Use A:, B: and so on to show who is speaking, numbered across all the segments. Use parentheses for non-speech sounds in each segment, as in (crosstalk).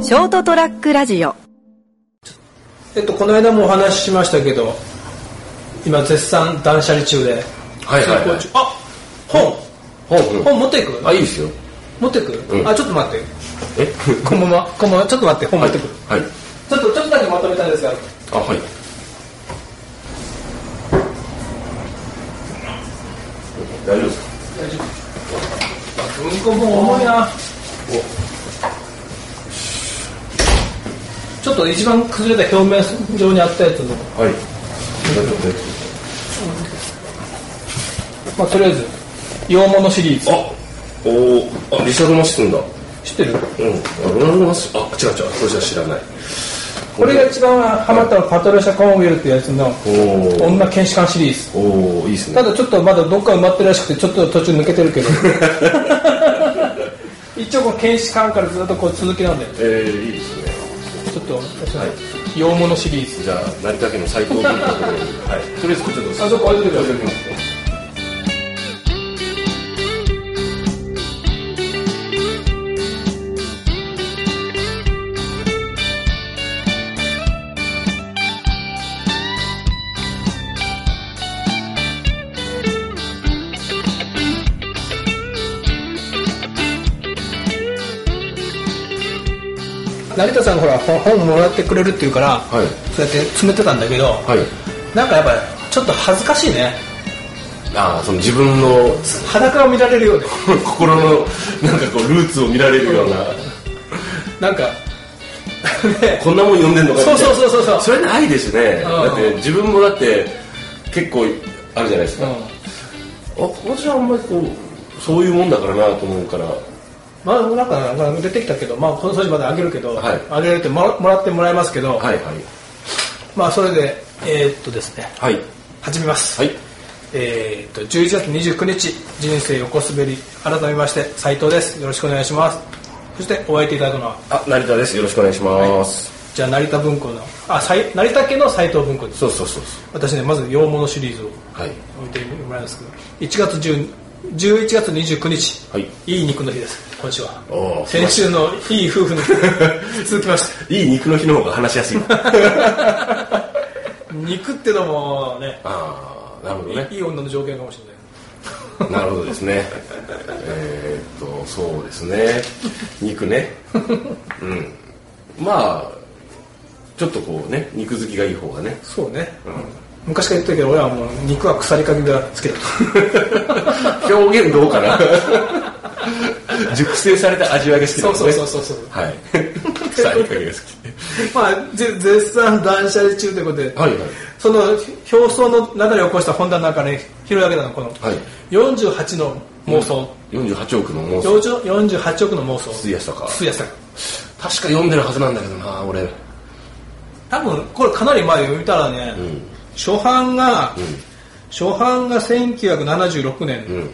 A: ショートトラックラジオ
B: えっと、この間もお話ししましたけど今絶賛断捨離中で
C: はいはいはい
B: 進行中あ本
C: 本うん
B: 本持っていく
C: あいいですよ
B: 持っていく、
C: うん
B: あちょっと待って
C: え
B: こんばんはこんばんはちょっと待って本持
C: はい
B: ってくる、
C: はい
B: ちょっとちょっとだけまとめたんですが
C: あはい大丈夫ですか
B: 文庫本重いなちょっと一番崩れた表面上にあったやつの、
C: はい大丈夫大丈
B: まあ、とりあえず洋物シリーズ
C: 夫あおおあリシャルマッシュンだ
B: 知ってる
C: うんあロナルドマッシュあ違う違うこれじゃ知らない
B: これが一番ハマったのはパトルシャ・コーンウェルっていうやつの
C: おお
B: 女検視官シリーズ
C: おおいいですね
B: ただちょっとまだどっか埋まってるらしくてちょっと途中抜けてるけど (laughs) 一応この検視官からずっとこう続きなんで
C: えー、いいですね
B: ちょっと、洋物シリーズ
C: じゃあ成田家の最高級のところにはいとりあえずこっちどうぞ
B: あそこ置いといてください成田さんがほら本本もらってくれるっていうから、
C: い
B: そうやって詰めてたんだけど、
C: はい
B: なんかやっぱちょっと恥ずかしいね
C: ああその自分の
B: 裸を見られるようで
C: (laughs) 心のなんかこうルーツを見られるような
B: なんかね
C: (laughs) こんなもん読んでんのかみたいな
B: そうそうそうそう
C: それで愛ですねだって自分もだって結構あるじゃないです
B: う
C: か、
B: ん
C: あ私はあんまりこうそういうもんだからなと思うから
B: まあなんかまあ出てきたけど、まあ、この掃除まであげるけど、
C: はい
B: あげるってもらもらってもらいますけど、
C: はいはい
B: まあそれでえーっとですね
C: はい
B: 始めます、
C: はい
B: えーっと11月29日人生横滑り改めまして斉藤ですよろしくお願いしますそしてお会いいただくのは
C: あ成田ですよろしくお願いします、
B: じゃあ成田文庫のあさい成田家の斉藤文庫です
C: そうそうそうそ
B: 私ねまず洋物シリーズを
C: うはい
B: 置いてもらいますけど1月10 11月29日、
C: はい
B: い肉の日です今週は
C: おー
B: 先週のいい夫婦の日続きました
C: いい肉の日の方が話しや (laughs) すいあ
B: 肉ってのもね
C: あなるほどね
B: いい女の条件かもしれない
C: なるほどですねえーっとそうですね肉ねうんまあちょっとこうね肉好きがいい方がね
B: そうね、昔から言ってたけど俺はもう肉は腐りかけが好きだ
C: 表現どうかな熟成された味わいが好き
B: とそうそう
C: う
B: そうそう
C: はい臭い影が好
B: まあぜ絶賛断捨離中ということで、
C: きはいはい
B: その表層の中で起こした本棚の中に拾い上げたのこの、
C: はい
B: 48の妄想、
C: 48億の妄想
B: 48億の妄想
C: 筒井康隆
B: 筒井康隆
C: 確か読んでるはずなんだけどな俺はい
B: 多分これかなり前読みたらね、
C: ん
B: 初版が、初版が1976年、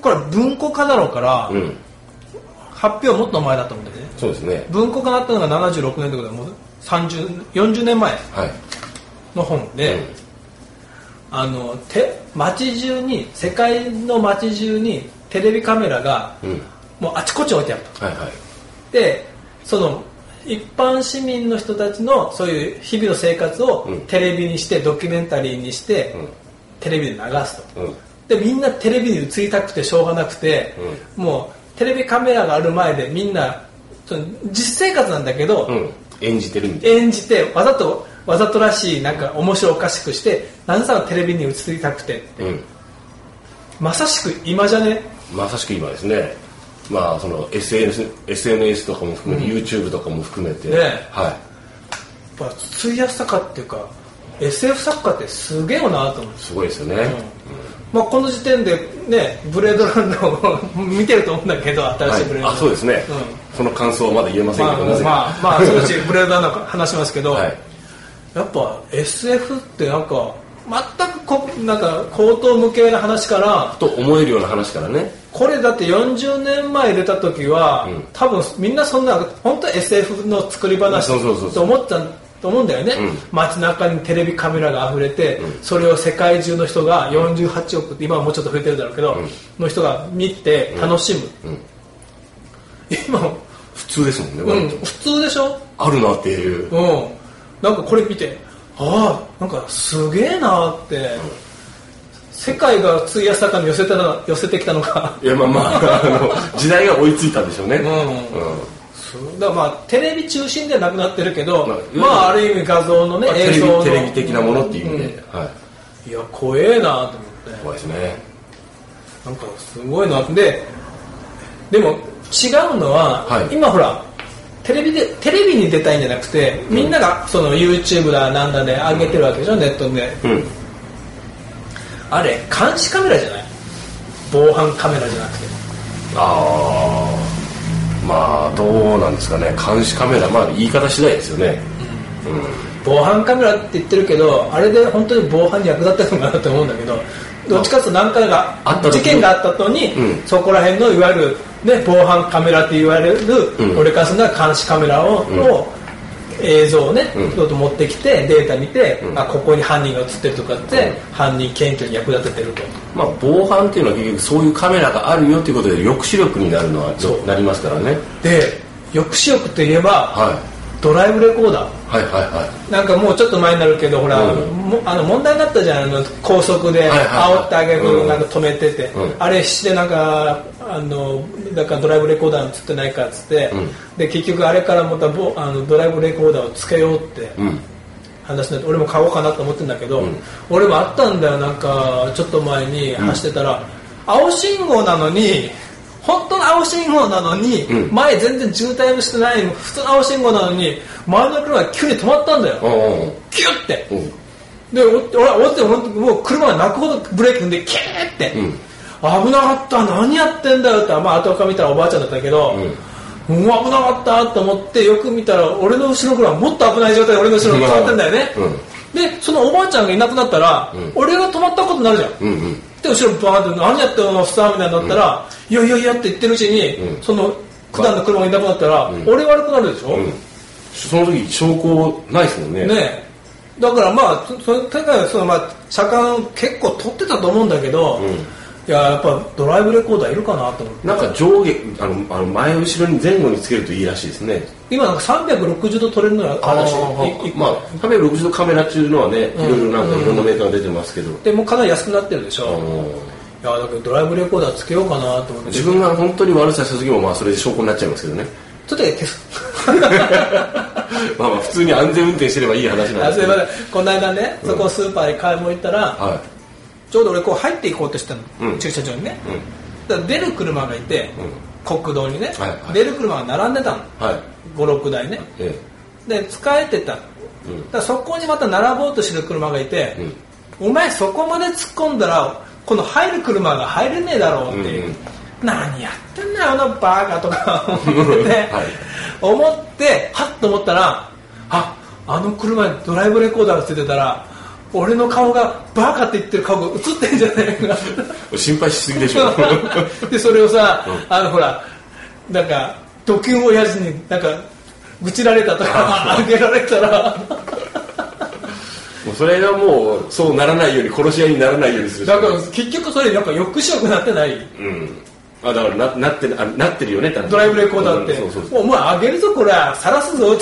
B: これは文庫化だろうから、
C: うん
B: 発表はもっと前だと思うんだよね
C: そうですね
B: 文庫化だったのが76年ってことはもう30 40年前
C: はい
B: の本で、
C: うん
B: あのて街中に世界の街中にテレビカメラが、
C: うん
B: もうあちこち置いてあると
C: はいはい
B: でその一般市民の人たちのそういう日々の生活を
C: うん
B: テレビにして、ドキュメンタリーにして、
C: ん
B: テレビで流すと、
C: うん
B: でみんなテレビに映りたくてしょうがなくて、もうテレビカメラがある前でみんなその実生活なんだけど、
C: うん演じてるみたい
B: 演じてわざとわざとらしいなんか面白おかしくして何さらテレビに映りたくてって、
C: うん
B: まさしく今じゃね
C: まさしく今ですねまあその SNS, SNS とかも含めて、YouTube とかも含めて、
B: ね
C: は
B: やっぱ筒井康隆っていうか SF 作家ってすげえよなと思って
C: いすごいですよね、
B: まあ、この時点でねブレードランドを見てると思うんだけど新
C: は
B: しい
C: い
B: ブレードランド、
C: あそうですね、その感想はまだ言えま
B: うん
C: せん
B: ま
C: け
B: あ
C: どなぜか
B: まあ、ま
C: (laughs)
B: あ、そのうちブレードランドの話しますけど、
C: はい
B: やっぱ SF ってなんか全くこなんか高等無形な話から
C: と思えるような話からね
B: これだって40年前出た時は、
C: ん
B: 多分みんなそんな本当 SF の作り話
C: そうそうそうそう
B: と思ったと思うんだよね、
C: ん
B: 街中にテレビカメラが溢れて、それを世界中の人が48億って今はもうちょっと増えてるだろうけど、の人が見て楽しむ、今普
C: 通ですもんね、
B: うん
C: 割と
B: 普通でしょ
C: あるなっていう、
B: うんなんかこれ見てああなんかすげえなって、世界が費やしたかに寄せたら寄せてきたのか
C: いやまあまああの時代が追いついたんでしょうね、
B: んそうだからまあテレビ中心ではなくなってるけど、
C: ま
B: ま
C: あ
B: あ、ある意味画像のね、
C: まあテ
B: 映
C: レビ
B: 像の
C: テレビ的なものっていう意味で、はい
B: いや怖えなと思って
C: 怖いですね
B: なんかすごいなででも違うのは、
C: はい
B: 今ほらテレビでテレビに出たいんじゃなくてみんながその YouTube だなんだで上げてるわけでしょ、ネットで
C: うん
B: あれ監視カメラじゃない防犯カメラじゃなくて
C: ああまあどうなんですかね監視カメラまあ言い方次第ですよね、
B: 防犯カメラって言ってるけどあれで本当に防犯に役立ってるのかなって思うんだけどどっちかっていうと何回か
C: あった時
B: 事件があった後に、
C: うん
B: そこら辺のいわゆる、ね、防犯カメラって言われる、
C: うん
B: 俺からするのは監視カメラを、
C: ん
B: を映像をね、
C: うん
B: ちょっと持ってきてデータ見て、
C: ん
B: あここに犯人が映ってるとかって、犯人検挙に役立ててると
C: まあ防犯っていうのは結局そういうカメラがあるよっていうことで抑止力になるのは
B: そう
C: なりますからね
B: で抑止力といえば、
C: はい
B: ドライブレコーダー
C: はいはいは
B: なんかもうちょっと前になるけどほら、
C: うん
B: もあの問題になったじゃんあの高速で
C: はいはいはい
B: 煽ってあげる
C: うん
B: なんか止めてて、
C: うん
B: あれしてなんかあのだからドライブレコーダーつってないかっつって、
C: ん
B: で結局あれからまたぼあのドライブレコーダーをつけようって
C: いうん
B: 話になって俺も買おうかなと思ってんだけど、
C: うん
B: 俺もあったんだよなんかちょっと前に走ってたら、青信号なのに本当の青信号なのに、
C: うん
B: 前全然渋滞もしてない普通の青信号なのに前の車が急に止まったんだよ、
C: うんうん
B: キュッて
C: うんうん
B: でお俺はおってほんともう車が泣くほどブレーキ踏んでキャーって、
C: うん
B: 危なかった何やってんだよって、まあ後から見たらおばあちゃんだったけど、もう危なかったと思ってよく見たら俺の後ろからもっと危ない状態で俺の後ろに止まってんだよね、でそのおばあちゃんがいなくなったら、俺が止まったことになるじゃん、
C: うんうん
B: で後ろバーンって何やってんのスターみたいになったら、いやいやいやって言ってるうちに、
C: うん
B: その普段の車がいなくなったら、俺悪くなるでしょ、
C: うんその時証拠ないですもんね
B: ねえだからまあそその大会そのまあ車間結構取ってたと思うんだけど、
C: ん
B: いややっぱドライブレコーダーいるかなと思って
C: なんか上下あのあの前後ろに前後につけるといいらしいですね
B: 今なんか360度撮れるのがあるらしいいい
C: まあ360度カメラっていうのはねいろいろなんかいろんなメーカーが出てますけど、
B: でもうかなり安くなってるでし
C: あ
B: ょ、い
C: の
B: やだけどドライブレコーダーつけようかなと思って
C: 自分が本当に悪さした時もまあそれで証拠になっちゃいますけどね
B: ちょっとだけ消
C: (laughs)
B: す
C: まあまあ普通に安全運転してればいい話なん
B: あ
C: です
B: そ
C: け
B: れ
C: ど
B: までこの間ねそこスーパーに買い物行ったら、
C: は
B: ちょうど俺こう入っていこうとしたの、
C: うん
B: 駐車場にね、
C: い、
B: だ
C: うん
B: から出る車がいて、国道にね、
C: はいはい
B: 出る車が並んでたの
C: はい
B: 56台ね、
C: え
B: で使えてた、だ
C: うん
B: からそこにまた並ぼうとしてる車がいて、お前そこまで突っ込んだらこの入る車が入れねえだろうっていう、
C: うんうん
B: 何やってんだよあのバカとか思って、ね
C: (laughs) はい
B: 思ってはっと思ったらああの車にドライブレコーダーがついてたら俺の顔がバカって言ってる顔が映ってんじゃないかな
C: え心配しすぎでし
B: (laughs)
C: ょ
B: でそれをさ、あのほらなんかドキュン親父になんか愚痴られたとかあげられたら
C: もうそれがもうそうならないように殺し合いにならないようにするしか
B: だ
C: ない
B: から結局それなんか抑止力なってない
C: うんあだからななってるあなってるよね
B: ドライブレコーダーって、
C: うんそうそ
B: も
C: う
B: うお前あげるぞこれ晒すぞっ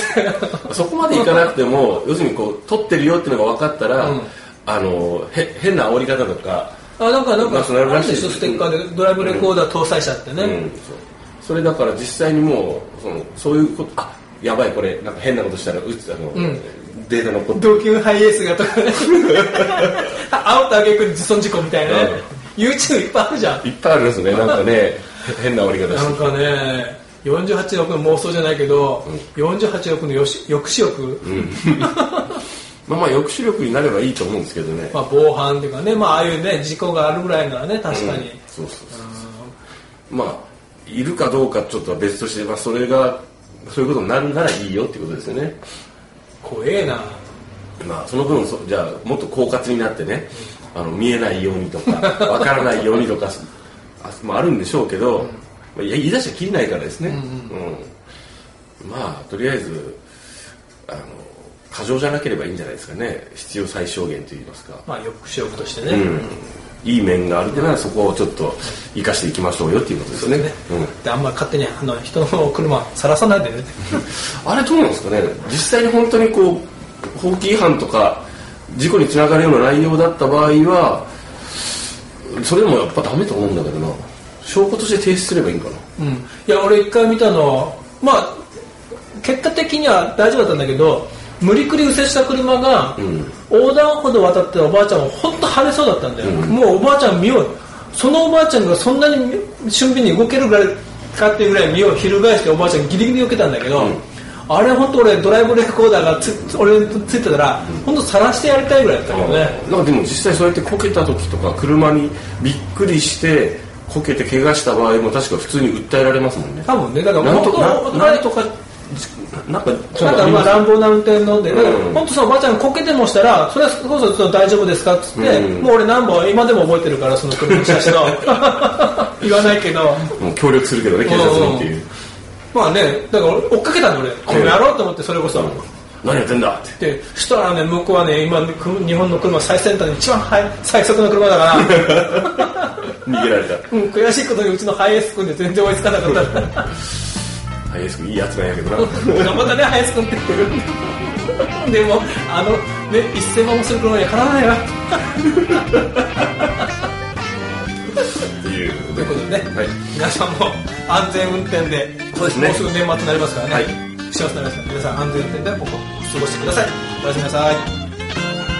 B: て
C: そこまでいかなくても要するにこう撮ってるよっていうのが分かったら、
B: うん
C: あのへ変な煽り方とか、
B: あなんかなん
C: まあ
B: か
C: それは
B: あ
C: ら
B: る
C: しい
B: で
C: です
B: しょステッカーでドライブレコーダー搭載車ってね、
C: うん、そうそれだから実際にもうそのそういうことあやばいこれなんか変なことしたらうつあの、データ残って
B: ドキュンハイエースがとか
C: (laughs)
B: ねあ煽ったあげく自損事故みたいなね、YouTube いっぱいあるじゃん
C: いっぱいあるんですよねなんかねへ変な折り方
B: なん
C: して
B: かね、48億の妄想じゃないけど、48億のよし抑止力、
C: まあまあ抑止力になればいいと思うんですけどね、
B: まあ、防犯っていうかね、まあ、ああいうね、事故があるぐらいならね、確かに。
C: そうそうそうまあいるかどうかちょっとは別として、まあ、それがそういうことになるならいいよってことですよね
B: 怖えな。
C: まあその分そじゃあもっと狡猾になってねあの見えないようにと (laughs) かわからないようにとかあ,、まあ、あるんでしょうけど、まあ、いや言い出しちゃきりないからですね、うんまあとりあえずあの過剰じゃなければいいんじゃないですかね必要最小限といいますか、
B: まあ、抑止力としてね。
C: うんいい面があるってならそこをちょっと生かしていきましょうよっていうことですよねうん
B: であんまり勝手にあの人の車さらさないでね
C: あれどうなんですかね実際に本当にこう法規違反とか事故につながるような内容だった場合はそれでもやっぱダメと思うんだけどな証拠として提出すればいいんかな
B: うんいや俺一回見たのまあ結果的には大丈夫だったんだけど無理くり右折した車が、
C: ん
B: 横断歩道渡ってたおばあちゃんをほんと腫れそうだったんだよ、もうおばあちゃん見ようそのおばあちゃんがそんなに俊敏に動けるぐらいかっていうぐらい身を翻しておばあちゃんギリギリ避けたんだけど、あれ本当俺ドライブレコーダーがつ俺についてたら本当晒してやりたいぐらいだったけどね、
C: なんかでも実際そうやってこけた時とか車にびっくりしてこけて怪我した場合も確か普通に訴えられますもんね
B: 多分ねだから
C: なんと
B: 本当
C: な
B: あれとか
C: なんか
B: なんかまあ乱暴な運転飲んで、だから
C: うん
B: 本当そのおばあちゃんこけてもしたら、それはこそちょっと大丈夫ですかっつって、
C: うん
B: もう俺何本今でも覚えてるから、その車にした
C: (laughs)
B: 人。言わないけど、
C: もう協力するけどね警察にっていう
B: まあね、だから俺追っかけたんだ俺、この野郎と思ってそれこそ。
C: 何やってんだって
B: で、そしたらね、向こうはね、今、く日本の車最先端で一番速い最速の車だ
C: (laughs)
B: から、
C: 逃げられた
B: うん、悔しいことにうちのハイエース君で全然追いつかなかった。
C: (laughs) ハイエース君いいやつなんやけどな
B: 頑張ったね、林君って。でも、あの、ね、1000万もする車に払わないわ。
C: っていう
B: ということでね、
C: はい
B: 皆さんも安全運転で、
C: そうですね
B: もうすぐ年末になりますからね、
C: はい
B: 幸せになりますから、皆さん安全運転でここ過ごしてください。おやすみなさい。